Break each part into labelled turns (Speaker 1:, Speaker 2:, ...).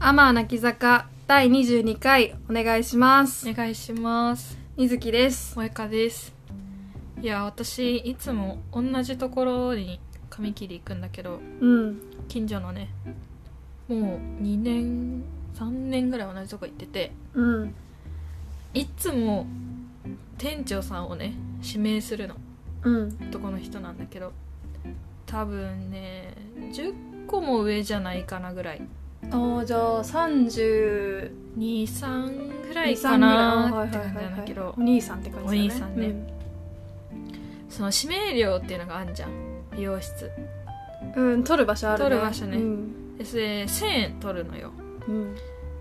Speaker 1: アマー泣き坂第22回お願いします
Speaker 2: お願いします
Speaker 1: 水木です
Speaker 2: 萌香ですいや私いつも同じところに髪切り行くんだけど
Speaker 1: うん
Speaker 2: 近所のねもう2年3年ぐらい同じとこ行ってて
Speaker 1: うん
Speaker 2: いつも店長さんをね指名するの
Speaker 1: うん
Speaker 2: 男の人なんだけど多分ね10個も上じゃないかなぐらい
Speaker 1: ああじゃあ32
Speaker 2: 23ぐらいか
Speaker 1: 三ぐらい
Speaker 2: なって感じなんだけど
Speaker 1: お兄さんって感じだね
Speaker 2: お兄さんねその指名料っていうのがあんじゃん美容室
Speaker 1: うん、うん取る場所あるね
Speaker 2: 取る場所ね
Speaker 1: うん
Speaker 2: でそれ1000円取るのよ
Speaker 1: うん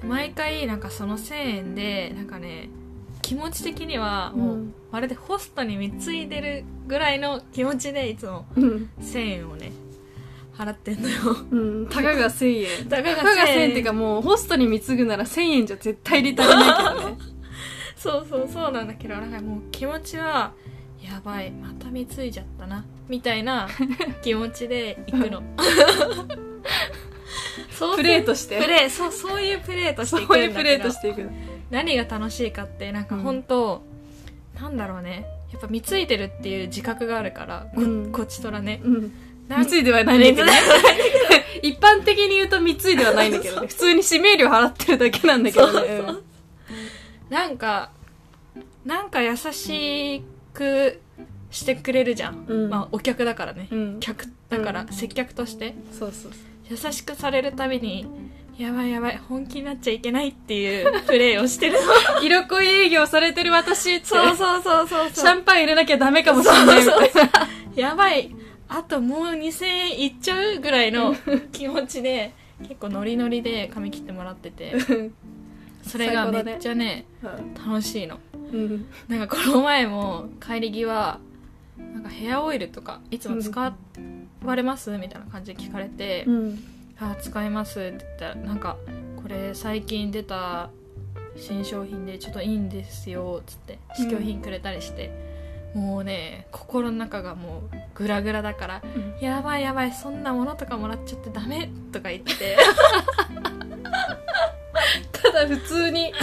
Speaker 2: 毎回なんかその1000円でなんかね気持ち的にはも
Speaker 1: う
Speaker 2: うんまるでホストに貢いでるぐらいの気持ちでいつも
Speaker 1: うん
Speaker 2: 1000円をね払ってんのよ
Speaker 1: うんたかが1000円
Speaker 2: たかが
Speaker 1: たかが1000
Speaker 2: 1000
Speaker 1: 円
Speaker 2: 円
Speaker 1: っていうかもうホストに貢ぐなら1000円じゃ絶対入れ足りないけどね
Speaker 2: そうそうそうなんだけどなんかもう気持ちはやばいまた貢いじゃったなみた いな気持ちで行くのそうす
Speaker 1: プレーとして
Speaker 2: プレーそうそういうプレーとして
Speaker 1: そう
Speaker 2: 行くんだ
Speaker 1: い
Speaker 2: け
Speaker 1: う
Speaker 2: ど
Speaker 1: プレーとしていくの
Speaker 2: 何が楽しいかってなんか本当、なんだろうねやっぱ貢いでるっていう自覚があるから、こ
Speaker 1: うん
Speaker 2: こっちとらね
Speaker 1: うん
Speaker 2: なん
Speaker 1: 貢いではないんだけどね一般的に言うと貢いではないんだけ どね普通に指名料払ってるだけなんだけどね
Speaker 2: そうそうなんかなんか優しくしてくれるじゃん、
Speaker 1: うん
Speaker 2: まあお客だからね、
Speaker 1: うん
Speaker 2: 客だか
Speaker 1: う
Speaker 2: ら
Speaker 1: ん
Speaker 2: 接客として
Speaker 1: そうそうそう
Speaker 2: 優しくされるたびにやばいやばい本気になっちゃいけないっていうプレーをしてる
Speaker 1: 色恋営業されてる私って
Speaker 2: そうそうそうそう
Speaker 1: シ
Speaker 2: そ
Speaker 1: ャ
Speaker 2: う
Speaker 1: ンパン入れなきゃダメかもしれないみたいな
Speaker 2: やばいあともう2000円いっちゃうぐらいの気持ちで結構ノリノリで髪切ってもらってて それがめっちゃね楽しいの
Speaker 1: うん
Speaker 2: なんかこの前も帰り際なんかヘアオイルとかいつも使われます、みたいな感じで聞かれて「
Speaker 1: うん
Speaker 2: あ使います」って言ったらなんかこれ最近出た新商品でちょっといいんですよっつって試供品くれたりして、もうね心の中がもうグラグラだから「やばいやばいそんなものとかもらっちゃってダメ」とか言って
Speaker 1: ただ普通に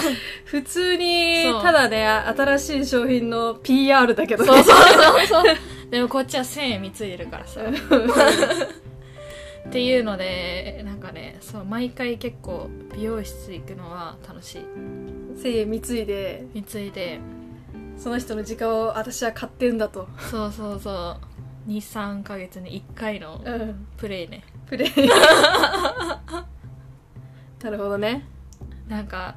Speaker 1: 普通に
Speaker 2: そう
Speaker 1: ただね新しい商品の PR だけどね
Speaker 2: そうそうそうそうでもこっちは1000円貢いでるからさっていうのでなんかねそう毎回結構美容室行くのは楽しい
Speaker 1: 1000円貢いで
Speaker 2: 貢いで
Speaker 1: その人の時間を私は買ってんだと
Speaker 2: そうそうそう23ヶ月に1回の
Speaker 1: うん
Speaker 2: プレイね
Speaker 1: プ レイなるほどね
Speaker 2: なんか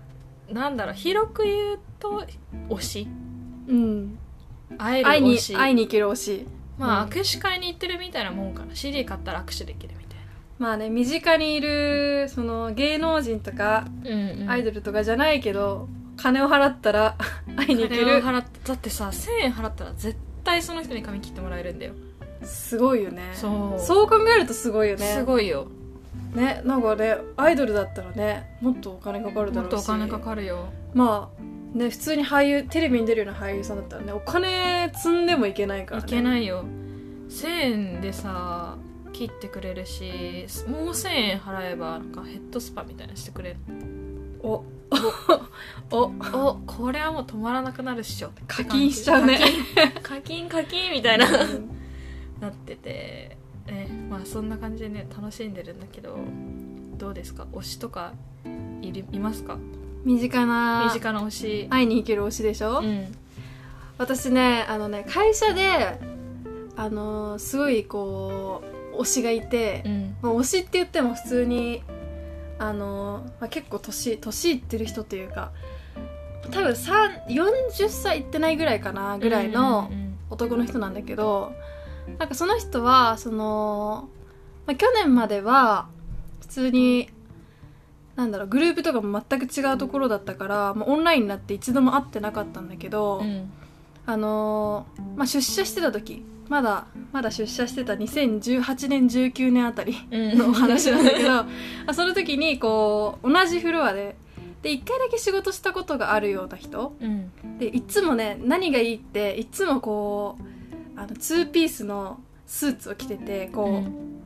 Speaker 2: なんだろう広く言うと推し
Speaker 1: うん
Speaker 2: 会える
Speaker 1: 会いに
Speaker 2: 推し
Speaker 1: 会いに行ける推し
Speaker 2: まあ、
Speaker 1: うん
Speaker 2: 握手会に行ってるみたいなもんかな CD 買ったら握手できるみたい
Speaker 1: まあね身近にいるその芸能人とか
Speaker 2: な、うん
Speaker 1: アイ
Speaker 2: ル
Speaker 1: ドルとかじゃないけど、金を払ったら 会いに行ける
Speaker 2: 払ってだってさ1000円払ったら絶対その人に髪切ってもらえるんだよ
Speaker 1: すごいよね
Speaker 2: そう
Speaker 1: そう考えるとすごいよね
Speaker 2: すごいよ
Speaker 1: ねなんかねアイドルだったらねもっとお金かかるだ
Speaker 2: も
Speaker 1: ろ
Speaker 2: っ
Speaker 1: うし
Speaker 2: とお金かかるよ
Speaker 1: まあね普通に俳優テレビに出るような俳優さんだったらねお金積んでもいけないから
Speaker 2: い
Speaker 1: ね
Speaker 2: けないよ1000円でさ切ってくれるしもう1000円払えばなんかヘッドスパみたいなのしてくれる
Speaker 1: お お
Speaker 2: おこれはもう止まらなくなるっしょって
Speaker 1: 課
Speaker 2: 感じ
Speaker 1: 金しちゃうね
Speaker 2: 課金課金課金みたいななっててねまあそんな感じでね楽しんでるんだけどどうですか推しとかいりいますか
Speaker 1: 身近な
Speaker 2: 身近な推し
Speaker 1: 会いに行ける推しでしょ、
Speaker 2: うん
Speaker 1: 私ねあのね会社であのーすごいこう推しがいて、
Speaker 2: うん
Speaker 1: まあ、推しって言っても普通にあのー、まあ、結構年年いってる人というか多分3 40歳いってないぐらいかなぐらいの
Speaker 2: うん
Speaker 1: 男の人なんだけど、なんかその人はその、まあ、去年までは普通になんだろうグループとかも全く違うところだったから、まあ、オンラインになって一度も会ってなかったんだけど、
Speaker 2: うんうん
Speaker 1: あのーまあ、出社してた時まだまだ出社してた2018年19年あたり
Speaker 2: うんうん
Speaker 1: のお話なんだけどまあその時にこう同じフロアでで1回だけ仕事したことがあるような人
Speaker 2: うん
Speaker 1: でいつもね何がいいっていつもこうあのツーピースのスーツを着ててこう、
Speaker 2: うん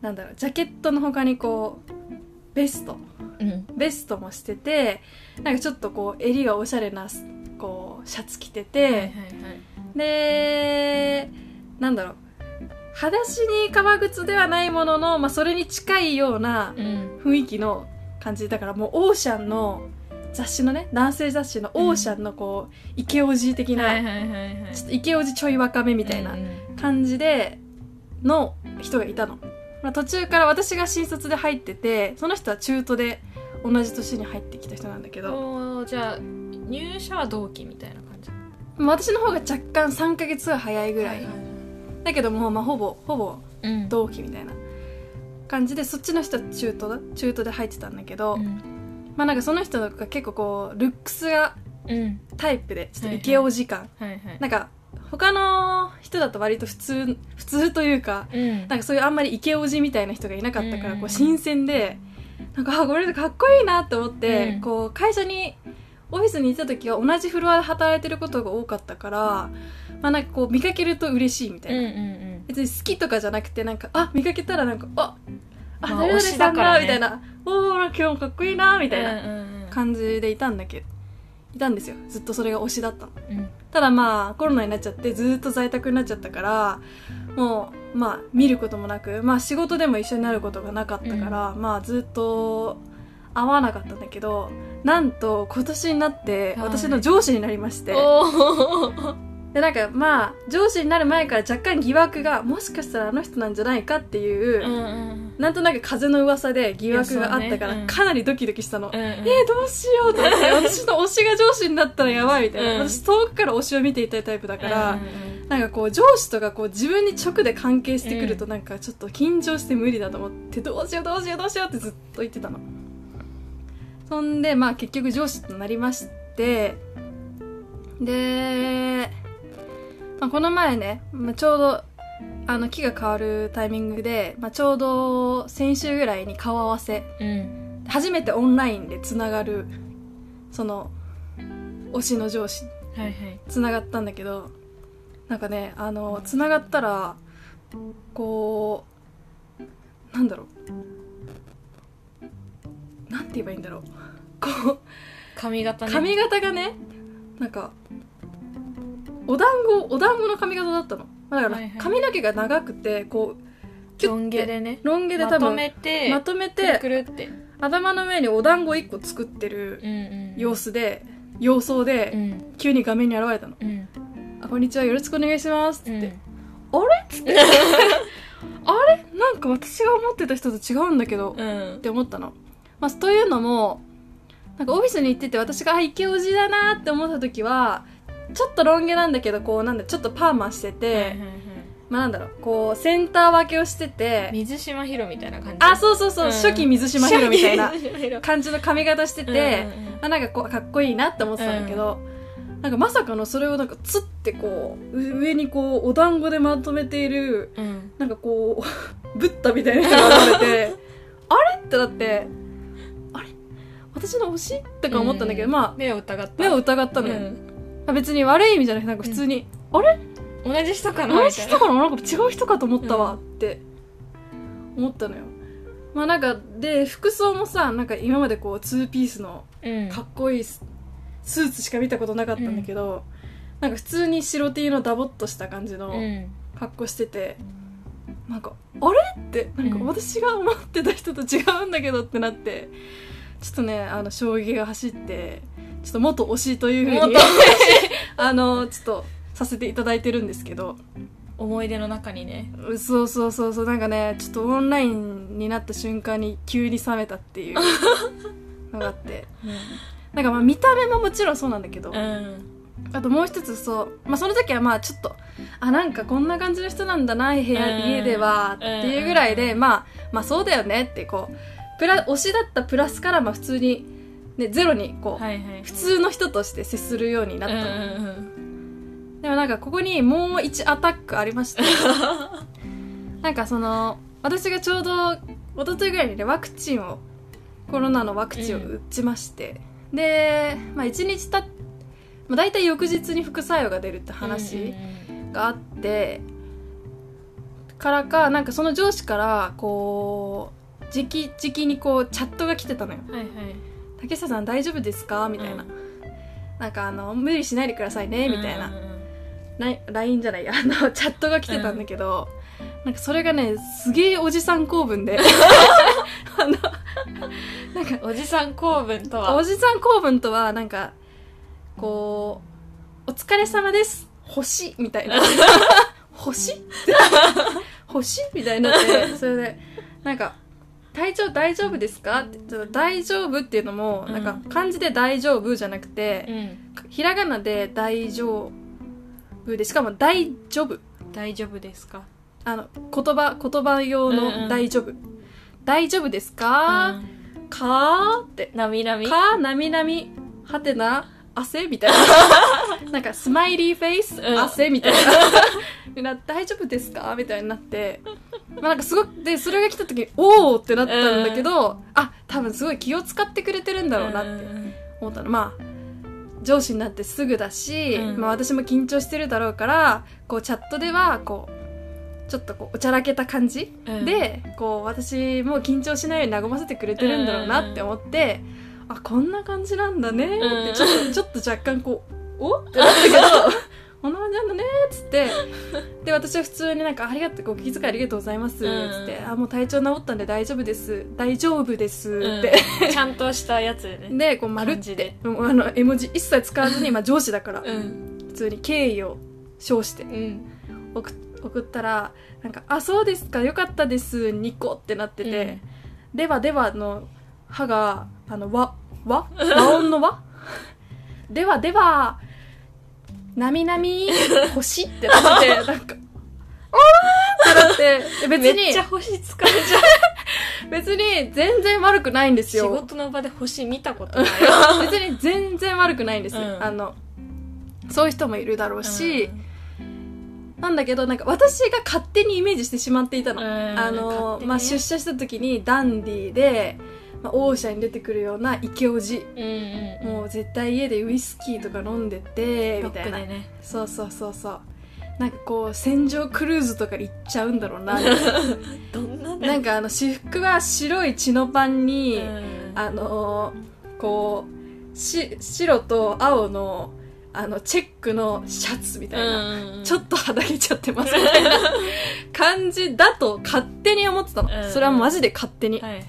Speaker 1: なんだろうジャケットの他にこうベスト
Speaker 2: うん
Speaker 1: ベストもしててなんかちょっとこう襟がおしゃれなこうシャツ着てて、
Speaker 2: はいはいはい
Speaker 1: でなんだろう裸足に革靴ではないものの、まあ、それに近いような
Speaker 2: うん
Speaker 1: 雰囲気の感じだからもうオーシャンの雑誌のね男性雑誌のオーシャンのこう、イケオジ的な、
Speaker 2: はいはいはいはい
Speaker 1: ちょっとイケオジちょい若めみたいな
Speaker 2: うん
Speaker 1: 感じでの人がいたの、まあ、途中から私が新卒で入っててその人は中途で同じ年に入ってきた人なんだけ
Speaker 2: うん
Speaker 1: ど、
Speaker 2: おーじゃあ入社は同期みたいな感じ
Speaker 1: まあ私の方が若干3ヶ月は早いぐらい、
Speaker 2: はは
Speaker 1: だけどもう、まあ、ほぼほぼ
Speaker 2: うん
Speaker 1: 同期みたいな感じでそっちの人は中途だ中途で入ってたんだけど、
Speaker 2: うん
Speaker 1: まあなんかその人が結構こうルックスが
Speaker 2: うん
Speaker 1: タイプでちょっとイケオジ感、
Speaker 2: はいはい
Speaker 1: なんか他の人だと割と普通普通というか
Speaker 2: うん
Speaker 1: なんかそういうあんまりイケオジみたいな人がいなかったか
Speaker 2: う
Speaker 1: ら
Speaker 2: ん
Speaker 1: こう新鮮でなんかあこれかっこいいなって思って、
Speaker 2: うん
Speaker 1: こう会社にオフィスにいた時は同じフロアで働いてることが多かったから、まあなんかこう見かけると嬉しいみたい
Speaker 2: うん
Speaker 1: な、
Speaker 2: うんうん
Speaker 1: 別に好きとかじゃなくてなんかあ見かけたらなんかああ
Speaker 2: まあ
Speaker 1: 誰々
Speaker 2: 推し
Speaker 1: さ
Speaker 2: だ
Speaker 1: ん
Speaker 2: か
Speaker 1: だ
Speaker 2: らね
Speaker 1: みたいなおお今日もかっこいいなみたいな
Speaker 2: な
Speaker 1: 感じでいたんだけどいたんですよずっとそれが推しだったの
Speaker 2: うん
Speaker 1: ただまあコロナになっちゃってずっと在宅になっちゃったからもうまあ見ることもなくまあ仕事でも一緒になることがなかったから、まあずっと会わなかったんだけどなんと今年になって
Speaker 2: はい
Speaker 1: 私の上司になりまして、
Speaker 2: おー
Speaker 1: でなんかまあ上司になる前から若干疑惑がもしかしたらあの人なんじゃないかっていうう、
Speaker 2: んうん
Speaker 1: なんとなく風の噂で疑惑があったか
Speaker 2: いやそうねう
Speaker 1: ら
Speaker 2: ん
Speaker 1: かなりドキドキしたの、
Speaker 2: うん
Speaker 1: えー、どうしようと思 って私の推しが上司になったらやばいみたいな、
Speaker 2: うん
Speaker 1: 私遠くから推しを見ていたいタイプだから、
Speaker 2: うんうん
Speaker 1: なんかこう上司とかこう自分に直で関係してくるとなんかちょっと緊張して無理だと思ってどうしようどうしようどうしようってずっと言ってたのそんでまあ結局上司となりましてで、まあ、この前ね、まあ、ちょうどあの期が変わるタイミングで、まあ、ちょうど先週ぐらいに顔合わせ
Speaker 2: うん
Speaker 1: 初めてオンラインでつながるその推しの上司
Speaker 2: はいはい
Speaker 1: つながったんだけどなんかねあのつながったらこうなんだろうなんて言えばいいんだろうこ
Speaker 2: 髪型
Speaker 1: う
Speaker 2: ね
Speaker 1: 髪型がねなんかお団子お団子の髪型だったのまあだか
Speaker 2: は
Speaker 1: ら
Speaker 2: いはい
Speaker 1: 髪の毛が長くてこう
Speaker 2: ロン毛でね
Speaker 1: ロン毛で
Speaker 2: ま
Speaker 1: 多
Speaker 2: と
Speaker 1: 分
Speaker 2: めて
Speaker 1: まとめ
Speaker 2: くる
Speaker 1: て
Speaker 2: くるって
Speaker 1: 頭の上にお団子1個作ってる
Speaker 2: うんうん
Speaker 1: 様子で様相
Speaker 2: う
Speaker 1: で
Speaker 2: ん
Speaker 1: 急に画面に現れたの
Speaker 2: うん
Speaker 1: 「あこんにちはよろしくお願いします」っ
Speaker 2: う
Speaker 1: つってあ
Speaker 2: ん
Speaker 1: れっつってあれなんか私が思ってた人と違うんだけど、っ
Speaker 2: うん
Speaker 1: て思ったの、まあ、というのもなんかオフィスに行ってて私があイケオジだなって思った時はちょっとロン毛なんだけどこうなんだちょっとパーマしてて、
Speaker 2: はいはいはい
Speaker 1: まあなんだろうこうセンター分けをしてて
Speaker 2: 水島ヒロみたいな感じ
Speaker 1: あそうそうそう、
Speaker 2: うん
Speaker 1: 初期水島ヒロみたいな
Speaker 2: 水島ヒロ
Speaker 1: 感じの髪型してて、
Speaker 2: うんうんうん
Speaker 1: まあ、なんかこうかっこいいなって思ってたんだけど、なんかまさかのそれをなんかつってこうう上にこうお団子でまとめている
Speaker 2: うん
Speaker 1: なんかこう、 ブッダみたいな人が現れて、 あれってなって、あれ私の推しとか思ったんだけど、
Speaker 2: う
Speaker 1: まあ、
Speaker 2: 目を疑った
Speaker 1: 目を疑ったのよ。まあ別に悪い意味じゃなくて、なんか普通に、あれ
Speaker 2: うん同じ人かな
Speaker 1: 同
Speaker 2: み
Speaker 1: じ
Speaker 2: たい
Speaker 1: 人
Speaker 2: な
Speaker 1: かななんか違う人かと思ったわって思ったのよ。まあなんか、で、服装もさ、なんか今までこう、ツーピースの
Speaker 2: うん
Speaker 1: かっこいいススーツしか見たことなかったんだけど、なんか普通に白 T のダボっとした感じの、
Speaker 2: うん
Speaker 1: 格好しててなんか「あれ?」ってなんか
Speaker 2: うん
Speaker 1: 私が思ってた人と違うんだけどってなってちょっとねあの衝撃が走ってちょっと元推しというふうに
Speaker 2: 元
Speaker 1: あのちょっとさせていただいてるんですけど
Speaker 2: 思い出の中にね
Speaker 1: そうそうそうそうなんかねちょっとオンラインになった瞬間に急に冷めたっていうのがあって、なんかまあ見た目ももちろんそうなんだけど、
Speaker 2: うん
Speaker 1: あともう一つそう、まあ、その時はまあちょっとあなんかこんな感じの人なんだな部屋、
Speaker 2: うん
Speaker 1: 家ではっていうぐらいで、
Speaker 2: う
Speaker 1: まあ、まあそうだよねってこうプラ推しだったプラスからまあ普通に、ね、ゼロにこう、
Speaker 2: はいはい
Speaker 1: 普通の人として接するようにな
Speaker 2: だ
Speaker 1: ったの、
Speaker 2: うんうん
Speaker 1: でもなんかここにもう一アタックありました なんかその私がちょうど一昨日ぐらいにねワクチンをコロナのワクチンを打ちまして、で、まあ、1日たっ、まあ、大体翌日に副作用が出るって話、
Speaker 2: うん
Speaker 1: があってからかなんかその上司からこう時期時期にこうチャットが来てたのよ
Speaker 2: はいはい
Speaker 1: 「竹下さん大丈夫ですか?」みたいな、
Speaker 2: う
Speaker 1: なんかあの「無理しないでくださいね」みたいな
Speaker 2: うんうんうん
Speaker 1: ライン LINE じゃないあのチャットが来てたんだけど、なんかそれがねすげえおじさん構文であのなん
Speaker 2: おじさん公文と
Speaker 1: かお
Speaker 2: は
Speaker 1: じさん構文とはなんかこう「お疲れ様です星」みた いな「星?」星みたいになってそれでなんか「体調大丈夫ですか?」ってちょっと「大丈夫」っていうのも、
Speaker 2: うん
Speaker 1: なんか漢字で「大丈夫」じゃなくて、
Speaker 2: うん
Speaker 1: ひらがなで「大丈夫」でしかも「大丈夫」
Speaker 2: 大丈夫ですか
Speaker 1: あの言葉言葉用
Speaker 2: うんう
Speaker 1: の
Speaker 2: ん
Speaker 1: 大丈夫、大丈夫ですか、かーって
Speaker 2: なみなみ
Speaker 1: かーなみなみはてな汗みたい ななんかスマイリーフェイス、
Speaker 2: うん
Speaker 1: 汗みたい なな大丈夫ですかみたいになってまあなんかすごくでそれが来た時におおってなったんだけど、あ多分すごい気を使ってくれてるんだろうなって思ったのまあ上司になってすぐだし、
Speaker 2: うん
Speaker 1: まあ、私も緊張してるだろうからこうチャットではこうちょっとこうおちゃらけた感じ、
Speaker 2: うん
Speaker 1: でこう私も緊張しないように和ませてくれてるんだろうなって思って、あこんな感じなんだねって
Speaker 2: うん
Speaker 1: ちょっとちょっと若干こ うおってなったけどこんな感じなんだねっつってで私は普通になんか「ありがとうご気遣いありがとうございます」っ
Speaker 2: うん
Speaker 1: つって「あもう体調治ったんで大丈夫です大丈夫です」って、
Speaker 2: うんちゃんとしたやつでね
Speaker 1: でこう丸っ
Speaker 2: 感じで
Speaker 1: うんあの絵文字一切使わずに、まあ、上司だから、
Speaker 2: うん
Speaker 1: 普通に敬意を称して
Speaker 2: うん
Speaker 1: 送っ送ったらなんか「あそうですかよかったですニコ」ってなってて「ではでは」の「歯が「あの和」和「和音の和」 「ではでは」「なみなみ」「星」ってな っててなんか「おー!」ってなって別
Speaker 2: めっちゃ
Speaker 1: に
Speaker 2: 星使うじゃん
Speaker 1: 別に全然悪くないんです
Speaker 2: 仕
Speaker 1: よ
Speaker 2: 事の場で星見たことない
Speaker 1: 別に全然悪くないんですよ、
Speaker 2: うん
Speaker 1: あのそういう人もいるだろうし、なんだけどなんか私が勝手にイメージしてしまっていたの、あのまあ、出社した時にダンディーで、まあ、王者に出てくるようなイケオジも
Speaker 2: も
Speaker 1: う絶対家でウイスキーとか飲んでてみたいな、
Speaker 2: でね
Speaker 1: そうそうそうそうなんかこう戦場クルーズとか行っちゃうんだろうな
Speaker 2: どんな
Speaker 1: なん
Speaker 2: か
Speaker 1: かあの私服は白いチノパンに、
Speaker 2: あ
Speaker 1: あのーこうし白と青のあのチェックのシャツみたいな、ちょっとはだけちゃってますみたいな 感じだと勝手に思ってたの、
Speaker 2: うん
Speaker 1: それはマジで勝手に、
Speaker 2: はいはいはい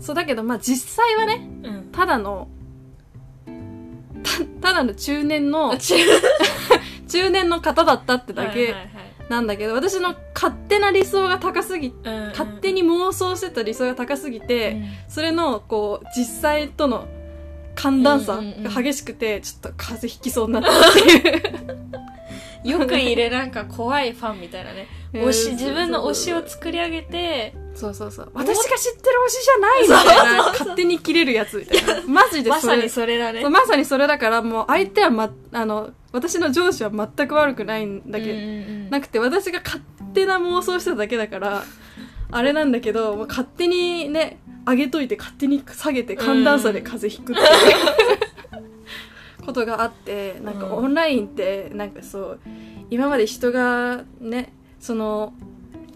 Speaker 1: そうだけどまあ実際はね
Speaker 2: うん
Speaker 1: ただのたただの中年の中年の方だったってだけなんだけど、私の勝手な理想が高すぎ勝手に妄想してた理想が高すぎて、それのこう実際との寒暖差が激しくてちょっと風邪ひきそうにな ったっていう
Speaker 2: よくいるなんか怖いファンみたいなね推し自分の推しを作り上げて
Speaker 1: そうそうそう私が知ってる推しじゃないみたいな勝手に切れるやつみたい なマジで
Speaker 2: ま
Speaker 1: そ
Speaker 2: さ
Speaker 1: れ
Speaker 2: にそれだね
Speaker 1: そうまさにそれだからもう相手は、ま、あの私の上司は全く悪くないんだけど、な
Speaker 2: ど
Speaker 1: くて私が勝手な妄想してただけだからあれなんだけどもう勝手にね上げといて勝手に下げて寒暖差で風邪ひくっていう ことがあってなんか
Speaker 2: うん
Speaker 1: オンラインってなんかそう今まで人がねその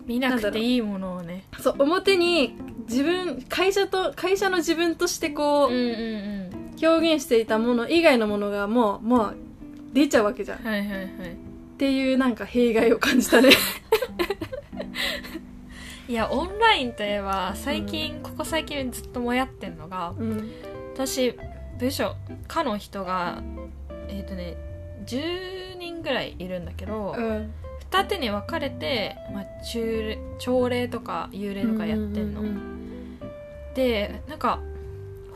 Speaker 2: 見なくていいものをね
Speaker 1: そう表に自分会社と会社の自分としてこう
Speaker 2: うん
Speaker 1: 表現していたもの以外のものがもうもう出ちゃうわけじゃんっ
Speaker 2: はいはいはい
Speaker 1: ていうなんか弊害を感じたね
Speaker 2: いやオンラインといえば最近、ここ最近ずっともやってんのが
Speaker 1: うん
Speaker 2: 私部署課の人がえっ、とね10人ぐらいいるんだけど、
Speaker 1: うん
Speaker 2: 二手に分かれて、まあ、中朝礼とか幽霊とかやってんの、
Speaker 1: うう
Speaker 2: でなんか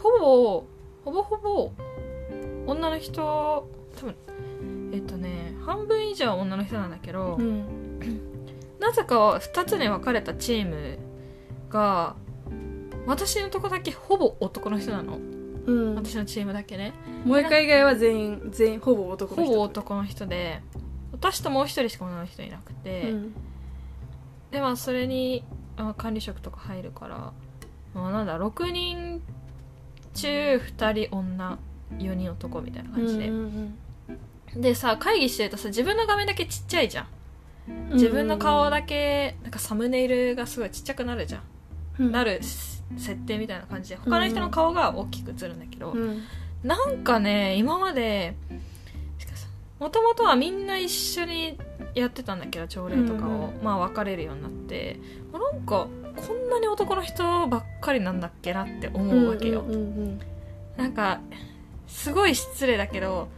Speaker 2: ほぼほぼほぼ女の人多分えっ、とね半分以上は女の人なんだけど、
Speaker 1: うんうん
Speaker 2: なぜか2つに分かれたチームが私のとこだけほぼ男の人なの
Speaker 1: うん、
Speaker 2: 私のチームだけね
Speaker 1: もう一回以外は全員全員ほぼ男の
Speaker 2: ほ
Speaker 1: 人
Speaker 2: ぼ男の人で私ともう一人しか女の人いなくて、
Speaker 1: うん
Speaker 2: でまあそれにあ管理職とか入るから、まあ、なんだ6人中2人女4人男みたいな感じで、
Speaker 1: うん
Speaker 2: でさ会議してるとさ自分の画面だけちっちゃいじゃん
Speaker 1: うん
Speaker 2: 自分の顔だけなんかサムネイルがすごいちっちゃくなるじゃん
Speaker 1: ううん
Speaker 2: なるし設定みたいな感じで他の人の顔が大きく映るんだけど、
Speaker 1: うん
Speaker 2: なんかね今までしかしもともとはみんな一緒にやってたんだけど朝礼とかを、まあ別れるようになってあなんかこんなに男の人ばっかりなんだっけなって思うわけよ、
Speaker 1: うんうん
Speaker 2: なんかすごい失礼だけど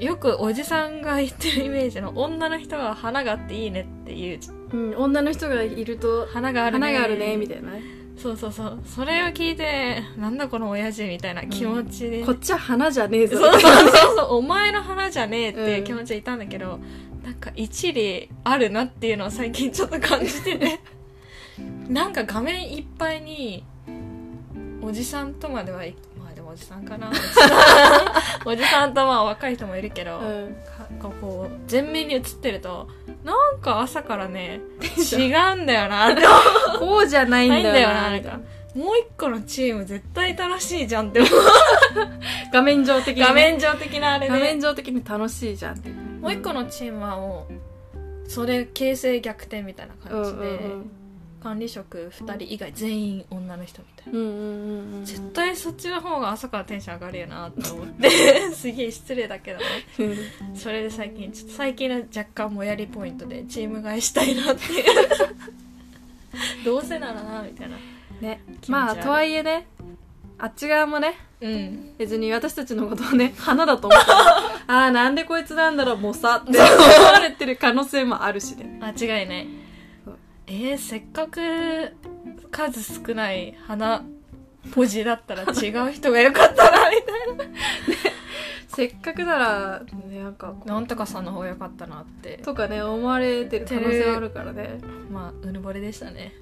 Speaker 2: よくおじさんが言ってるイメージの女の人は花があっていいねっていう
Speaker 1: うんうん女の人がいると
Speaker 2: 花があるね
Speaker 1: 花があるねみたいなね
Speaker 2: そうそうそうそれを聞いてなんだこの親父みたいな気持ちで、
Speaker 1: こっちは花じゃねえぞ
Speaker 2: そうそうそうそう、お前の花じゃねえっていううん気持ちでいたんだけど、なんか一理あるなっていうのを最近ちょっと感じ てね。なんか画面いっぱいに、おじさんとまではい、まあでもおじさ んかな。おじさんおじさんとまあ若い人もいるけど、
Speaker 1: うん
Speaker 2: なんかこう、全面に映ってると、なんか朝からね、
Speaker 1: シ
Speaker 2: 違うんだよなって
Speaker 1: こうじゃないん
Speaker 2: ないんだ
Speaker 1: だ
Speaker 2: よ
Speaker 1: よ
Speaker 2: な、
Speaker 1: な
Speaker 2: な
Speaker 1: み
Speaker 2: ん
Speaker 1: たい
Speaker 2: か
Speaker 1: な。
Speaker 2: もう一個のチーム絶対楽しいじゃんって思う。
Speaker 1: 画面上的にね
Speaker 2: 画面上的なあれで。
Speaker 1: 画面上的に楽しいじゃんって
Speaker 2: もう一個のチームはもうそれ形勢逆転みたいな
Speaker 1: うん
Speaker 2: 感
Speaker 1: う
Speaker 2: じ
Speaker 1: ん
Speaker 2: で、
Speaker 1: うん
Speaker 2: 管理職2人以外全員女の人みたいな、
Speaker 1: うんうんうん
Speaker 2: 絶対そっちの方が朝からテンション上がるよなと思って すげえ失礼だけどね
Speaker 1: うん
Speaker 2: それで最近ちょっと最近の若干もやりポイントでチーム替えしたいなって いうどうせならなみたいな
Speaker 1: ね
Speaker 2: 気持ち悪い
Speaker 1: まあとはいえねあっち側もね
Speaker 2: うん
Speaker 1: 別に私たちのことをね 花だと思ってああなんでこいつなんだろうもさって思われてる可能性もあるしね
Speaker 2: 間違いない
Speaker 1: そう
Speaker 2: えー、せっかく数少ない花ポジだったら違う人がよかったなみたいな
Speaker 1: せっかくならねなんかこう
Speaker 2: なんとかさんの方が良かったなって
Speaker 1: とかね思われてる可能性はあるからね
Speaker 2: まあうぬぼれでしたね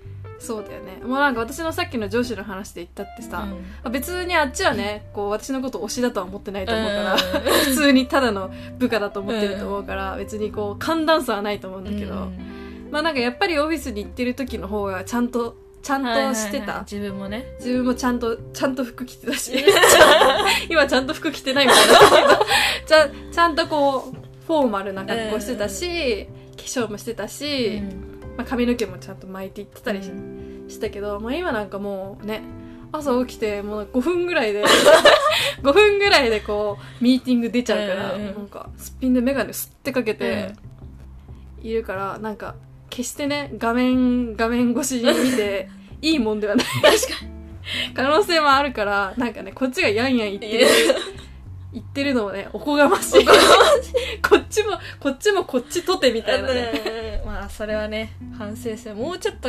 Speaker 1: そうだよねもうなんか私のさっきの上司の話で言ったってさ、
Speaker 2: うん
Speaker 1: 別にあっちはねこう私のこと推しだとは思ってないと思うから、
Speaker 2: う
Speaker 1: 普通にただの部下だと思ってると思うから、別にこう寒暖差はないと思うんだ
Speaker 2: ん
Speaker 1: けど、
Speaker 2: うん
Speaker 1: まあなんかやっぱりオフィスに行ってる時の方がちゃんとちゃんとして
Speaker 2: はいはいはい
Speaker 1: た
Speaker 2: 自分もね
Speaker 1: 自分もちゃんと、ちゃんと服着てたし、 今ちゃんと服着てないみたいなんだけど、 ちゃん、ちゃんとこう、フォーマルな格好してたし、化粧もしてたし、まあ、髪の毛もちゃんと巻いていってたりし,、
Speaker 2: うん
Speaker 1: たけど、まあ今なんかもうね、朝起きてもう5分ぐらい で、5分ぐらいでこう、ミーティング出ちゃうから、
Speaker 2: うんうんうん
Speaker 1: なんか、すっぴんでメガネすってかけ
Speaker 2: う
Speaker 1: て
Speaker 2: ん、
Speaker 1: いるから、なんか、決してね、画面、画面越しに見 て、いいもんではない。確かに。可能性もあるから、なんかね、こっちがやんやん言ってる、言ってるのもね、おこがましい。こっちも、 こっちもこっちとてみたいなね。
Speaker 2: まあそれはね反省してもうちょっと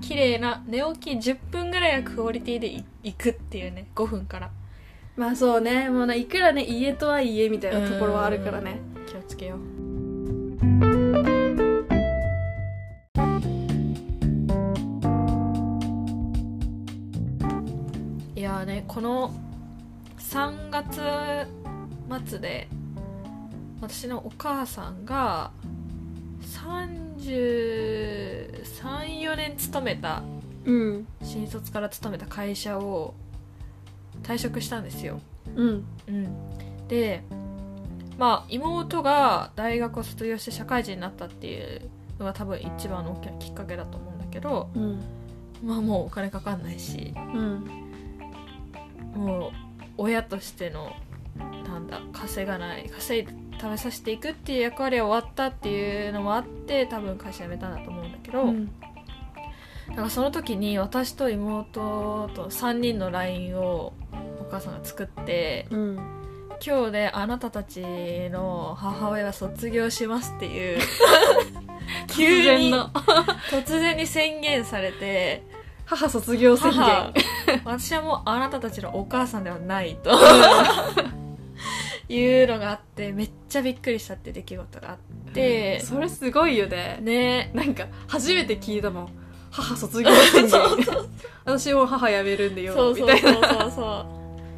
Speaker 2: 綺麗な寝起き10分ぐらいがクオリティでいいくっていうね5分から
Speaker 1: まあそうね、もうね、いくらね、家とはいえみたいなところはあるからね。
Speaker 2: 気をつけよういやーねこの3月末で私のお母さんが334年勤めた
Speaker 1: うん。
Speaker 2: 新卒から勤めた会社を退職したんですよ。
Speaker 1: うん。
Speaker 2: うん、でまあ妹が大学を卒業して社会人になったっていうのが多分一番の大きなきっかけだと思うんだけど
Speaker 1: うん。
Speaker 2: まあもうお金かかんないし
Speaker 1: うん。
Speaker 2: もう親としてのなんだ稼がない稼いで食べさせていくっていう役割は終わったっていうのもあって多分会社辞めたんだと思うんだけど、なんかその時に私と妹と3人の LINE をお母さんが作って
Speaker 1: うん。
Speaker 2: 今日であなたたちの母親は卒業しますっ ていう急
Speaker 1: 突然
Speaker 2: に
Speaker 1: の。
Speaker 2: 突然に宣言されて
Speaker 1: 母卒業宣
Speaker 2: 母
Speaker 1: 言。
Speaker 2: 私はもうあなたたちのお母さんではないと いうのがあってめっちゃびっくりしたって出来事があって
Speaker 1: それすごいよね。
Speaker 2: ね
Speaker 1: なんか初めて聞いたもん母卒業 宣言私も母辞めるんでよ
Speaker 2: そう
Speaker 1: み
Speaker 2: そ
Speaker 1: た
Speaker 2: う
Speaker 1: いな
Speaker 2: そうそうそ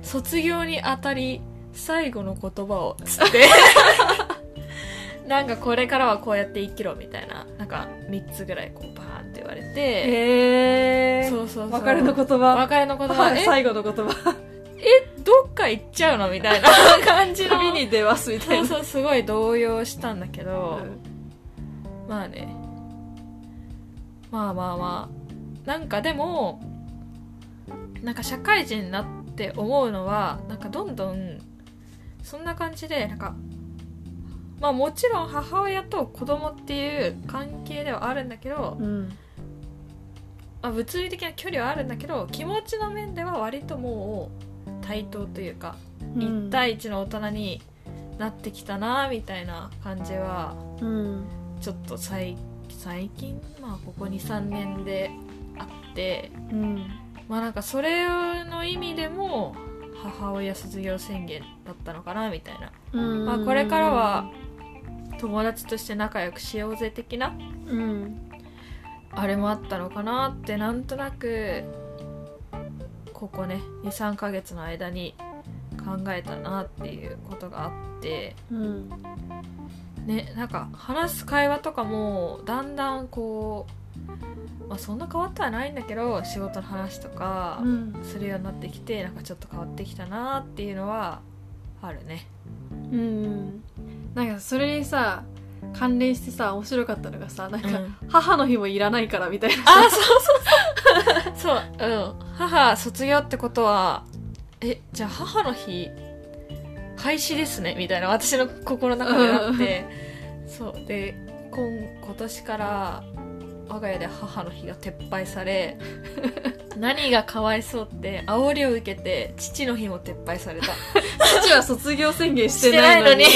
Speaker 2: う卒業にあたり最後の言葉をつって なんかこれからはこうやって生きろみたいななんか3つぐらいこうバーンって言われて、
Speaker 1: へえ
Speaker 2: そうそうそう
Speaker 1: 別れの言葉
Speaker 2: 別れの言
Speaker 1: 母
Speaker 2: 葉
Speaker 1: の
Speaker 2: え
Speaker 1: 最後の言葉
Speaker 2: えどっか行っちゃうのみたいな感じの
Speaker 1: 旅に出ますみたい
Speaker 2: そう
Speaker 1: な
Speaker 2: そうすごい動揺したんだけど、
Speaker 1: うん
Speaker 2: まあねまあまあまあなんかでもなんか社会人になって思うのはなんかどんどんそんな感じでなんかまあもちろん母親と子供っていう関係ではあるんだけど、
Speaker 1: うん
Speaker 2: まあ、物理的な距離はあるんだけど気持ちの面では割ともう対等というか、1対1の大人になってきたなみたいな感じは
Speaker 1: うん
Speaker 2: ちょっと最最近まあここ23年であって
Speaker 1: うん
Speaker 2: まあなんかそれの意味でも母親卒業宣言だったのかなみたいな、
Speaker 1: うん
Speaker 2: まあ、これからは友達として仲良くしようぜ的な
Speaker 1: うん
Speaker 2: あれもあったのかなってなんとなくここね23ヶ月の間に考えたなっていうことがあって
Speaker 1: うん
Speaker 2: ねなんか話す会話とかもだんだんこう、まあ、そんな変わってはないんだけど仕事の話とか
Speaker 1: うん
Speaker 2: するようになってきてなんかちょっと変わってきたなっていうのはあるね
Speaker 1: うんなんかそれにさ関連してさ面白かったのがさなん
Speaker 2: う
Speaker 1: か
Speaker 2: ん
Speaker 1: 母の日もいらないからみたいな
Speaker 2: あーそうそうそうそううん母卒業ってことはえじゃあ母の日廃止ですねみたいな私の心の中であってそうで今今年から我が家で母の日が撤廃さ れ何がかわいそうって煽りを受けて父の日も撤廃された
Speaker 1: 父は卒業宣言し
Speaker 2: してて
Speaker 1: な
Speaker 2: ないい
Speaker 1: の
Speaker 2: の
Speaker 1: に
Speaker 2: に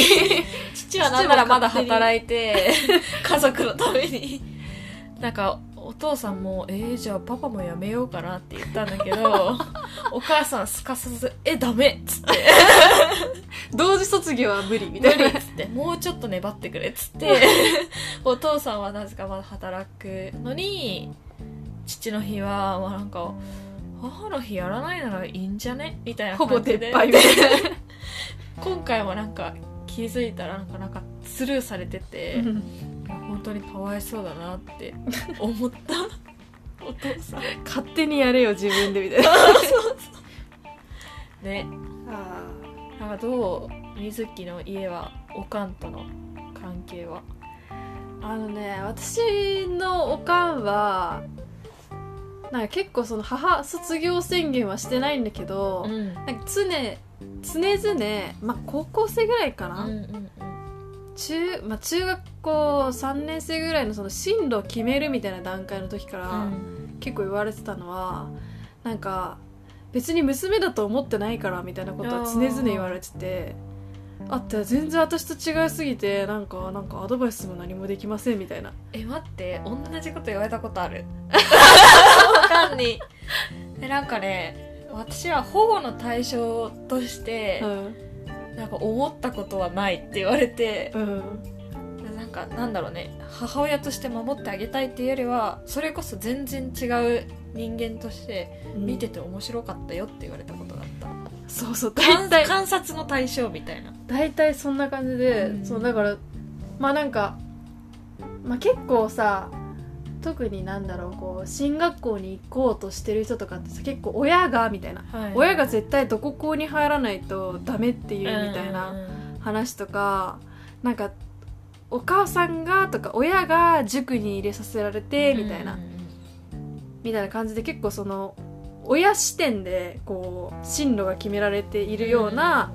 Speaker 2: 父はなんならまだ働いて 家族のためになんかお父さんも「えー、じゃあパパもやめようかな」って言ったんだけ どお母さんすかさず「えダメ」っつって
Speaker 1: 同時卒業は無理
Speaker 2: 「
Speaker 1: み
Speaker 2: 無
Speaker 1: たい
Speaker 2: 理」
Speaker 1: な
Speaker 2: っつって「もうちょっと粘ってくれ」っつって お父さんはなぜかまだ働くのに父の日はまあなんか母の日やらないならいいんじゃねみたいな
Speaker 1: ほぼ
Speaker 2: 感じで
Speaker 1: 撤廃みたいな
Speaker 2: 今回もなんか気づいたらなんかなんかスルーされてて、
Speaker 1: うん
Speaker 2: 本当にかわいそうだな って思ったお父さん
Speaker 1: 勝手にやれよ自分でみたいな
Speaker 2: ねなんかどう水木の家はおかんとの関係は
Speaker 1: あのね私のおかんはなんか結構その母卒業宣言はしてないんだけど、
Speaker 2: ん
Speaker 1: なんか常常々、まあ、高校生ぐらいか
Speaker 2: う
Speaker 1: な、
Speaker 2: んうん
Speaker 1: 中まあ、中学校3年生ぐらいのその進路を決めるみたいな段階の時から、結構言われてたのはなんか別に娘だと思ってないからみたいなことは常々言われててあって全然私と違いすぎてなんかなんかアドバイスも何もできませんみたいな
Speaker 2: え待って同じこと言われたことあ るおかんにえなんかね私は保護の対象として
Speaker 1: う、ん
Speaker 2: なんか思ったことはないって言われて、
Speaker 1: うん
Speaker 2: なんかなんだろうね母親として守ってあげたいっていうよりはそれこそ全然違う人間として見てて面白かったよって言われたことだった、
Speaker 1: そう そう大
Speaker 2: 観
Speaker 1: 体
Speaker 2: 観察の対象みたいな
Speaker 1: 大体そんな感じで、
Speaker 2: うん
Speaker 1: そうだからまあなんか、まあ、結構さ特になんだろうこう進学校に行こうとしてる人とかってさ結構親がみたいな親が絶対どこ校に入らないとダメっていうみたいな、話とかなんかお母さんがとか親が塾に入れさせられてみたいな、みたいな感じで結構その親視点でこう進路が決められているような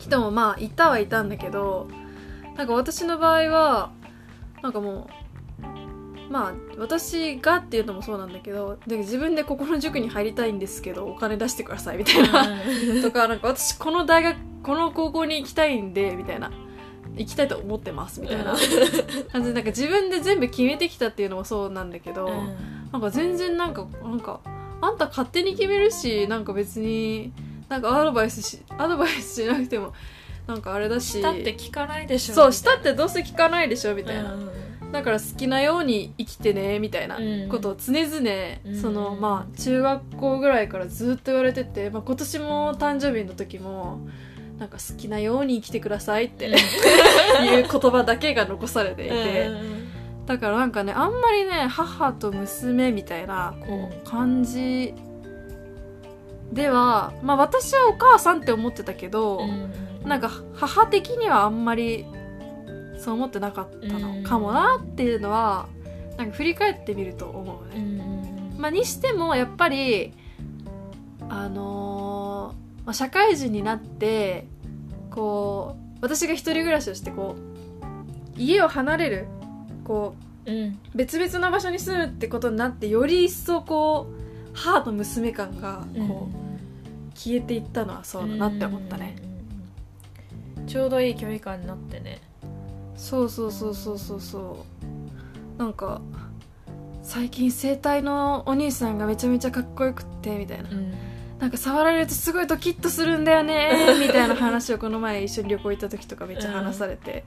Speaker 1: 人もまあいたはいたんだけどなんか私の場合はなんかもうまあ私がっていうのもそうなんだけどで自分でここの塾に入りたいんですけどお金出してくださいみたいなとか、なんか私この大学、この高校に行きたいんで、みたいな。行きたいと思ってます、みたいな感じで、なんか自分で全部決めてきたっていうのもそうなんだけど、なんか全然なんか、なんか、あんた勝手に決めるし、なんか別に、なんかアドバイスし、アドバイスしなくても、なんかあれだし、
Speaker 2: したって聞かないでしょ
Speaker 1: そう、したってどうせ聞かないでしょ、みたいな。
Speaker 2: うん
Speaker 1: だから好きなように生きてねみたいな
Speaker 2: うん
Speaker 1: ことを常々、
Speaker 2: うん
Speaker 1: そのまあ中学校ぐらいからずっと言われてて、まあ、今年も誕生日の時もなんか好きなように生きてくださいって、いう言葉だけが残されていて、だからなんかねあんまりね母と娘みたいなこ
Speaker 2: うん
Speaker 1: う感じではまあ私はお母さんって思ってたけど、なんか母的にはあんまりそう思ってなかったのかもなっていうのはなんか振り返ってみると思うね。まあ、にしてもやっぱりあのーまあ、社会人になってこう私が一人暮らしをしてこう家を離れるこ
Speaker 2: うん
Speaker 1: う別々の場所に住むってことになってより一層こう母と娘感がこう、消えていったのはそうだなって思ったね。
Speaker 2: うんちょうどいい距離感になってね
Speaker 1: そうそうそうそうそうそうなんか最近整体のお兄さんがめちゃめちゃかっこよくってみたいな、
Speaker 2: うん
Speaker 1: なんか触られるとすごいドキッとするんだよね みたいな話をこの前一緒に旅行行った時とかめっちゃ話されて、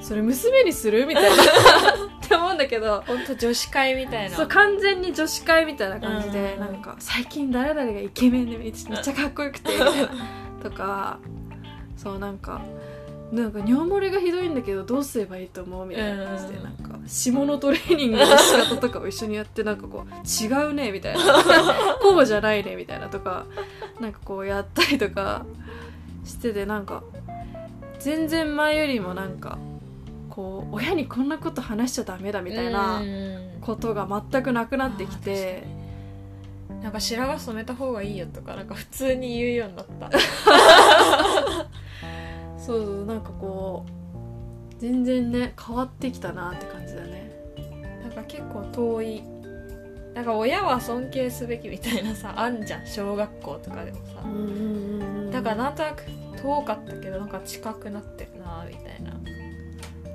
Speaker 1: それ娘にするみたいな って思うんだけど
Speaker 2: ほんと女子会みたいな
Speaker 1: そう完全に女子会みたいな感じで、
Speaker 2: うん
Speaker 1: なんか最近誰々がイケメンでめっちゃめっちゃかっこよくてみたいなとかそうなんかなんか尿漏れがひどいんだけどどうすればいいと思うみたいな感じで、
Speaker 2: うん
Speaker 1: なんか下のトレーニングの仕方とかを一緒にやってなんかこう違うねみたいな こうじゃないねみたいなとかなんかこうやったりとかしててなんか全然前よりもなんかこう親にこんなこと話しちゃダメだみたいな。
Speaker 2: うん
Speaker 1: ことが全くなくなってきて
Speaker 2: なんか白髪染めた方がいいよとかなんか普通に言うようになった
Speaker 1: そうそうなんかこう全然ね変わってきたなって感じだね
Speaker 2: なんか結構遠いなんか親は尊敬すべきみたいなさあんじゃん小学校とかでもさ
Speaker 1: んうんう
Speaker 2: だからなんとなく遠かったけどなんか近くなってるなみたいな、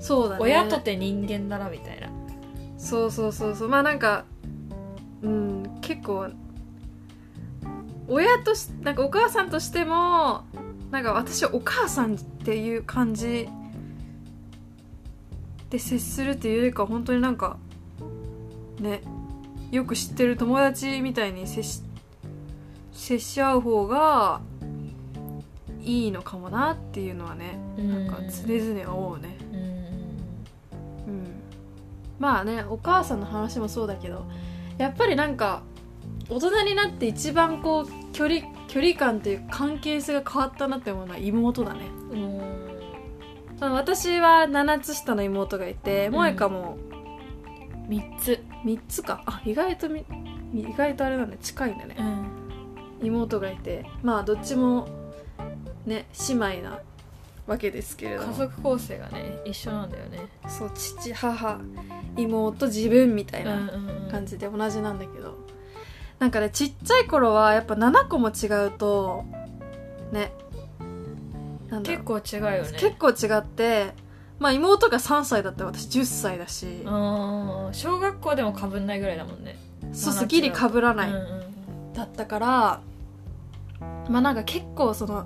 Speaker 1: そうだね
Speaker 2: 親とて人間だなみたいな
Speaker 1: そうそうそうそうまあなんかうん結構親としなんかお母さんとしてもなんか私はお母さんっていう感じで接するというよりか本当になんかねよく知ってる友達みたいに接し接し合う方がいいのかもなっていうのはねなんか常々思うね。
Speaker 2: うん
Speaker 1: うん、まあねお母さんの話もそうだけどやっぱりなんか大人になって一番こう距離距離感というか関係性が変わったなって思うのは妹だね
Speaker 2: うん
Speaker 1: その私は7つ下の妹がいて
Speaker 2: ん
Speaker 1: 萌香も
Speaker 2: 3つ、
Speaker 1: 3つかあ意外とみ意外とあれなんだ近いんだね
Speaker 2: ん、
Speaker 1: 妹がいてまあどっちもね姉妹なわけですけれど
Speaker 2: 家
Speaker 1: も
Speaker 2: 族構成がね一緒なんだよね
Speaker 1: そう父母妹自分みたいな、感
Speaker 2: じ
Speaker 1: じで同じなんだけどなんかねちっちゃい頃はやっぱ7個も違うとねなんだろ
Speaker 2: 結
Speaker 1: う
Speaker 2: 構違うよね
Speaker 1: 結構違ってまあ妹が3歳だったら私10歳だし、
Speaker 2: うん小学校でもかぶんないぐらいだもんね
Speaker 1: そう
Speaker 2: まあ
Speaker 1: そうギリかぶらない、
Speaker 2: うんうん
Speaker 1: だったからまあなんか結構その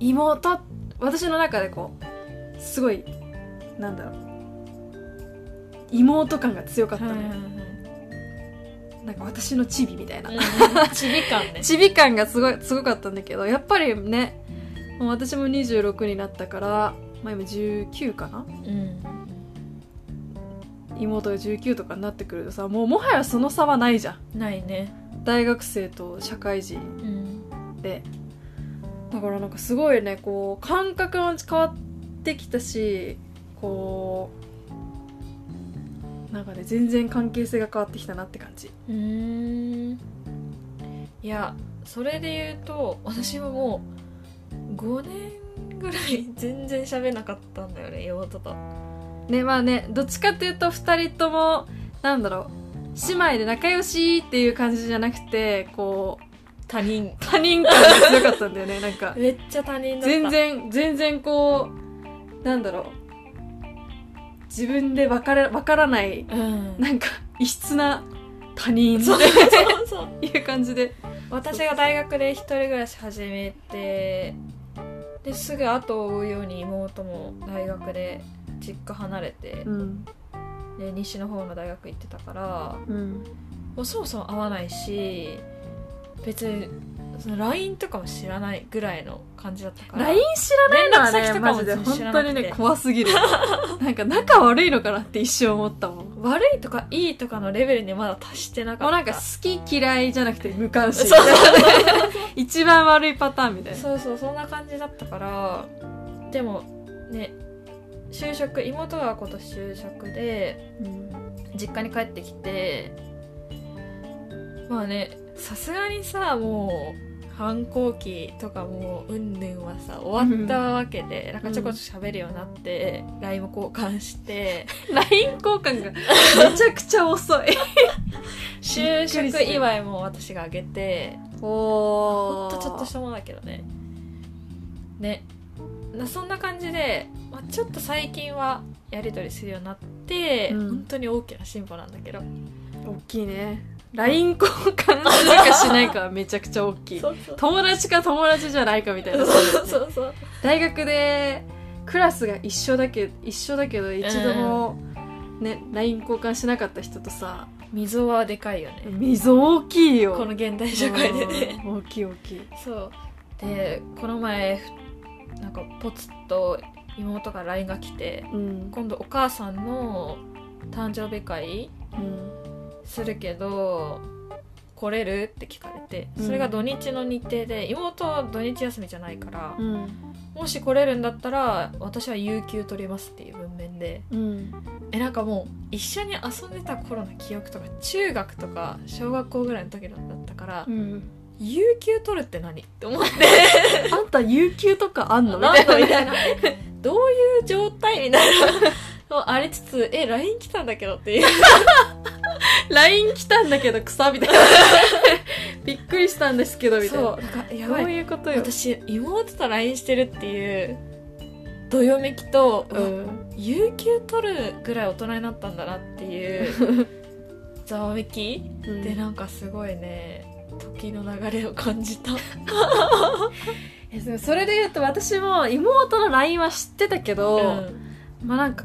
Speaker 1: 妹私の中でこうすごいなんだろう妹感が強かった
Speaker 2: うん
Speaker 1: のよ、なんか私のチビみたいな、
Speaker 2: うんちび感 ね
Speaker 1: ちび感がすごい、すごかったんだけど、やっぱりね、もう私も26になったから、まあ今19かな
Speaker 2: うん
Speaker 1: 妹が19とかになってくるとさ、もうもはやその差はないじゃん。
Speaker 2: ないね
Speaker 1: 大学生と社会人
Speaker 2: うん
Speaker 1: で。だからなんかすごいね、こう、感覚が変わってきたし、こう、なんかね、全然関係性が変わってきたなって感じ。
Speaker 2: うーんいやそれで言うと私はもう5年ぐらい全然喋んなかったんだよね妹と
Speaker 1: ねまあねどっちかっていうと2人ともなんだろう姉妹で仲良しっていう感じじゃなくてこう
Speaker 2: 他人
Speaker 1: 他人感が強かったんだよね なん か
Speaker 2: めっちゃ他人だった
Speaker 1: 全然全然こうなんだろう自分で分かれ分からない
Speaker 2: うん
Speaker 1: なんか異質な他人っ
Speaker 2: そうそうそう
Speaker 1: ていう感じで
Speaker 2: 私が大学で一人暮らし始めてですぐ後を追うように妹も大学で実家離れて
Speaker 1: うん
Speaker 2: で西の方の大学行ってたから
Speaker 1: うん
Speaker 2: もうそもそも会わないし別にその LINE とかも知らないぐらいの感じだったから
Speaker 1: LINE 知らないのは
Speaker 2: 連絡先
Speaker 1: ね
Speaker 2: とか
Speaker 1: マ
Speaker 2: も
Speaker 1: ジで
Speaker 2: 全然知
Speaker 1: 本
Speaker 2: ら
Speaker 1: 当
Speaker 2: なくて
Speaker 1: にね怖すぎるなんか仲悪いのかなって一瞬思ったもん
Speaker 2: 悪いとかいいとかのレベルにまだ達してなかった
Speaker 1: もうなんか好き嫌いじゃなくて無関
Speaker 2: そう
Speaker 1: 心
Speaker 2: そう
Speaker 1: 一番悪いパターンみたいな
Speaker 2: そうそうそんな感じだったからでもね就職妹が今年就職で
Speaker 1: うん
Speaker 2: 実家に帰ってきてまあねさすがにさもう反抗期とかもううんぬんはさ終わったわけで、なんかちょこちょこ喋るようになって、LINE も交換して
Speaker 1: LINE 交換がめちゃくちゃ遅い
Speaker 2: 就職祝いも私があげて
Speaker 1: お
Speaker 2: ほんと
Speaker 1: ー
Speaker 2: ちょっとしたものだけどねねなそんな感じで、まあ、ちょっと最近はやり取りするようになって、
Speaker 1: うん
Speaker 2: 本当に大きな進歩なんだけど
Speaker 1: 大きいね LINE 交換するかしないかはめちゃくちゃ大きい
Speaker 2: うそう
Speaker 1: 友達か友達じゃないかみたいな
Speaker 2: そうそうそう
Speaker 1: 大学でクラスが一緒だけ一緒だけど一度も、ね LINE 交換しなかった人とさ
Speaker 2: 溝はでかいよね、
Speaker 1: 溝大きいよ
Speaker 2: この現代社会でね
Speaker 1: うん大きい大きい
Speaker 2: そうでこの前ふなんかポツッと妹から LINE が来て
Speaker 1: うん、
Speaker 2: 今度お母さんの誕生日会
Speaker 1: うん、
Speaker 2: するけど来れるって聞かれて
Speaker 1: うん
Speaker 2: それが土日の日程で妹は土日休みじゃないから、
Speaker 1: うん
Speaker 2: もし来れるんだったら私は有給取りますっていう文面で
Speaker 1: うん
Speaker 2: えなんかもう一緒に遊んでた頃の記憶とか中学とか小学校ぐらいの時だったから、
Speaker 1: うん
Speaker 2: 有給取るって何って思って
Speaker 1: あんた有給とかあんの
Speaker 2: なんだ
Speaker 1: み
Speaker 2: み
Speaker 1: た
Speaker 2: た
Speaker 1: い
Speaker 2: い
Speaker 1: な
Speaker 2: などういう状態みたいなのあれつつえ LINE 来たんだけどっていう
Speaker 1: LINE 来たんだけど草みたいなびっくりしたんですけどみたい
Speaker 2: そ
Speaker 1: な
Speaker 2: うなんかや
Speaker 1: そ
Speaker 2: ば
Speaker 1: う
Speaker 2: い
Speaker 1: いうことよ
Speaker 2: 私妹と LINE してるっていうどよめきと、う
Speaker 1: う
Speaker 2: わ
Speaker 1: ん
Speaker 2: 有給取るぐらい大人になったんだなっていう ざわめき
Speaker 1: うん
Speaker 2: でなんかすごいね時の流れを感じた
Speaker 1: えでもそれで言うと私も妹の LINE は知ってたけど、
Speaker 2: うん
Speaker 1: まあなんか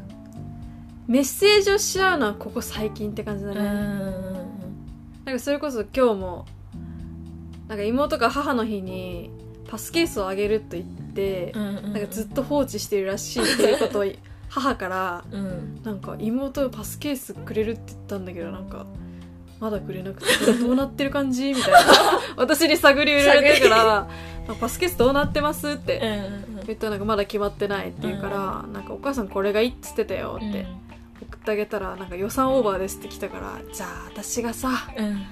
Speaker 1: メッセージをし合うのはここ最近って感じだね、なんかそれこそ今日もなんか妹が母の日にパスケースをあげると言って、
Speaker 2: な
Speaker 1: なんかずっと放置してるらしいっていうことを母から
Speaker 2: うん
Speaker 1: なんか妹がパスケースくれるって言ったんだけどなんかまだくれなくてどうなってる感じみたい な私に探り入れられてから「パスケースどうなってます?」って
Speaker 2: うんうん
Speaker 1: 言ったらなんかまだ決まってないって言うから、なんかお母さんこれがいいっつってたよ
Speaker 2: う
Speaker 1: っ
Speaker 2: ん
Speaker 1: て送ってあげたらなんか予算オーバーですって来たから、じゃあ私がさ
Speaker 2: うん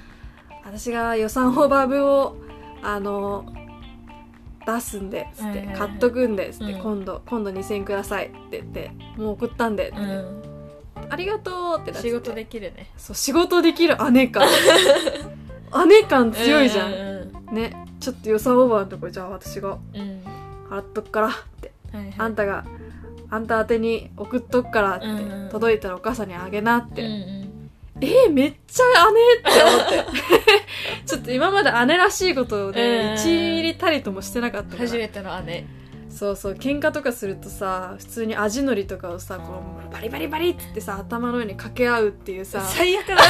Speaker 1: 私が予算オーバー分をあの出すんでっつっ
Speaker 2: はい
Speaker 1: て、
Speaker 2: はいはい
Speaker 1: 買っとくんでっつって、
Speaker 2: うん
Speaker 1: 今度今度2000円くださいって言ってもう送ったんでって、
Speaker 2: うん
Speaker 1: ありがとうってなって
Speaker 2: 仕事できるね
Speaker 1: そう仕事できる姉 感姉感強いじゃん、
Speaker 2: ううん
Speaker 1: ねちょっと予算オーバーのとこじゃあ私が
Speaker 2: うん
Speaker 1: 払っとくからって
Speaker 2: はいはい
Speaker 1: あんたが、あんた宛てに送っとくからって、
Speaker 2: うんうん
Speaker 1: 届いたらお母さんにあげなっ
Speaker 2: う
Speaker 1: て。
Speaker 2: んうん
Speaker 1: えーめっちゃ姉って思 って。ちょっと今まで姉らしいことを
Speaker 2: うん
Speaker 1: ね、一入りたりともしてなかったから。
Speaker 2: 初めての姉
Speaker 1: そうそう、喧嘩とかするとさ、普通に味のりとかをさ、こう、バリバリバリってってさ、頭の上に掛け合うっていうさ、
Speaker 2: 最悪だね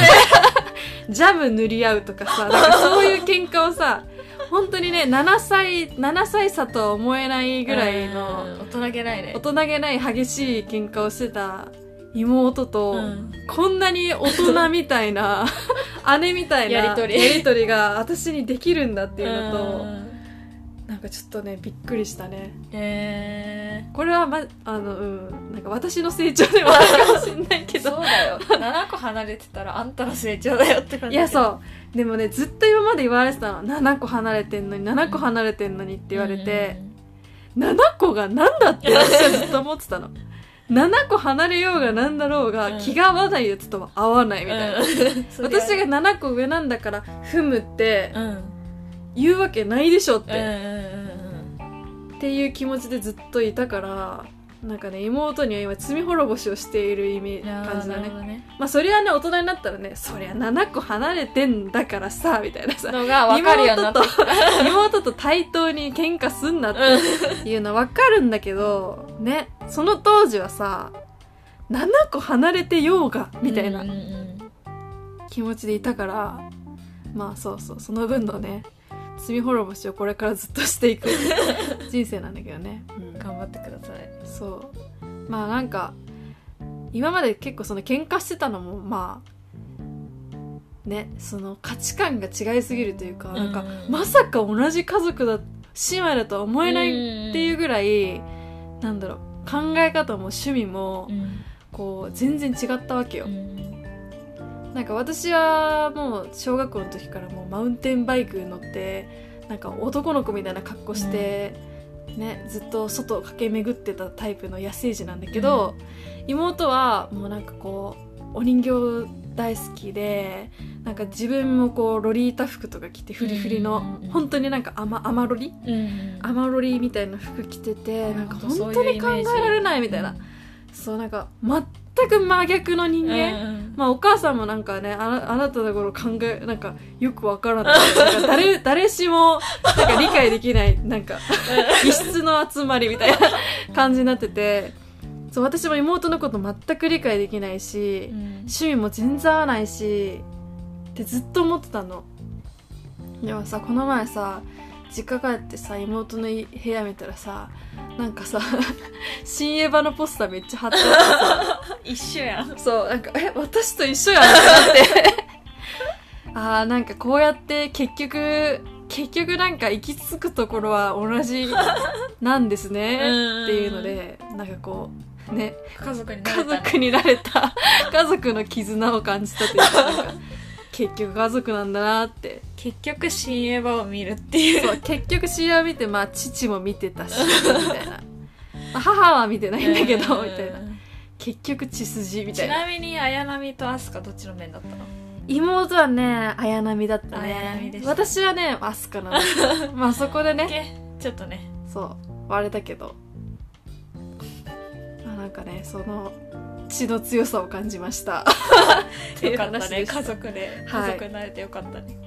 Speaker 1: ジャム塗り合うとかさ、なんかそういう喧嘩を さ、本当にね、7歳、7歳差とは思えないぐらいの、
Speaker 2: うん大人げないね
Speaker 1: 大人げない激しい喧嘩をしてた妹と、
Speaker 2: うん
Speaker 1: こんなに大人みたい な姉みたいな
Speaker 2: やりとり
Speaker 1: とりが私にできるんだっていうの
Speaker 2: う
Speaker 1: と
Speaker 2: ん
Speaker 1: なんかちょっとねびっくりしたね
Speaker 2: え
Speaker 1: これはまあのうんなんか私の成長でもあるかもしれないけ
Speaker 2: ーそ
Speaker 1: ど
Speaker 2: うだよ7個離れてたらあんたの成長だよって感
Speaker 1: い
Speaker 2: じ
Speaker 1: や
Speaker 2: う
Speaker 1: そうでもねずっと今まで言われてたの7個離れてんのに7個離れてんのにって言われて、7個がなんだって私はずっと思ってた の7個離れようがなんだろうが、
Speaker 2: うん
Speaker 1: 気が合わないやつとは合わないみたいな、私
Speaker 2: が
Speaker 1: が7個上なんだからふむって
Speaker 2: うん
Speaker 1: 言うわけないでしょっ
Speaker 2: うんうん
Speaker 1: て、っていう気持ちでずっといたからなんかね妹には今罪滅ぼしをしている意味
Speaker 2: うんうん
Speaker 1: 感じだ
Speaker 2: なる
Speaker 1: ね
Speaker 2: ほどね
Speaker 1: まあそりゃね大人になったらねそりゃ7個離れてんだからさみたいなさ
Speaker 2: のが分かるようにな
Speaker 1: 妹
Speaker 2: った
Speaker 1: と 妹と対等に喧嘩すんなっ
Speaker 2: う
Speaker 1: ていうのは分かるんだけどねその当時はさ7個離れてようが
Speaker 2: ん
Speaker 1: みたいな
Speaker 2: うんうんうん
Speaker 1: 気持ちでいたからまあそうそうその分のね罪滅ぼしをこれからずっとしていく人生なんだけどね、うん
Speaker 2: 頑張ってください
Speaker 1: そうまあなんか今まで結構その喧嘩してたのもまあねその価値観が違いすぎるというか、なんか
Speaker 2: うん
Speaker 1: まさか同じ家族だ姉妹だとは思えないっていうぐらい、なんだろう考え方も趣味も
Speaker 2: うん
Speaker 1: こう全然違ったわけよ、
Speaker 2: うん
Speaker 1: なんか私はもう小学校の時からもうマウンテンバイク乗ってなんか男の子みたいな格好して、ね、ずっと外を駆け巡ってたタイプの野生児なんだけど、妹はもうなんかこうお人形大好きでなんか自分もこうロリータ服とか着てフリフリの、
Speaker 2: うんうんうん
Speaker 1: 本当になんか雨雨ロリ
Speaker 2: うん
Speaker 1: 雨ロリみたいな服着ててなんか本当
Speaker 2: そういう
Speaker 1: に
Speaker 2: イ
Speaker 1: 考
Speaker 2: メー
Speaker 1: え
Speaker 2: ジ
Speaker 1: られないみたいなそうなんか全く真逆の人
Speaker 2: うん
Speaker 1: 間、
Speaker 2: うん
Speaker 1: まあお母さんもなんかねあなあなたの頃考えなんかよくわからないなんか誰 誰しもなんか理解できないなんか異質の集まりみたいな 感じになっててそう私も妹のこと全く理解できないし、
Speaker 2: うん
Speaker 1: 趣味も全然合わないしってずっと思ってたのでもさこの前さ実家帰ってさ妹のい部屋見たらさなんかさ 「新エヴァ」のポスターめっちゃ貼ってあってさ
Speaker 2: 一緒やん
Speaker 1: そう、なんか、え、私と一緒やんってなっ て。ああ、なんかこうやって結局、結局なんか行き着くところは同じなんですね。っていうので、なんかこう、ね、
Speaker 2: 家族にな
Speaker 1: 家
Speaker 2: れたね
Speaker 1: 族になれた、家族の絆を感じたというか、なんか結局家族なんだなって。
Speaker 2: 結局新エヴァを見るっていう
Speaker 1: そう、結局試合を見て、まあ父も見てたし、みたいな。まあ母は見てないんだけど、みたいな
Speaker 2: う。ん
Speaker 1: 結局血筋、みた
Speaker 2: ち
Speaker 1: いな。
Speaker 2: なみに綾波と飛鳥どっちの面だったの
Speaker 1: 妹はね綾波だったね
Speaker 2: 綾波でした
Speaker 1: 私はねアスカなの まあそこでね
Speaker 2: けちょっとね
Speaker 1: そう割れたけどまあなんかねその血の強さを感じましたってい
Speaker 2: よ
Speaker 1: う
Speaker 2: かった
Speaker 1: 話
Speaker 2: ね
Speaker 1: でした
Speaker 2: 家族で
Speaker 1: はい
Speaker 2: 家族になれてよかったね、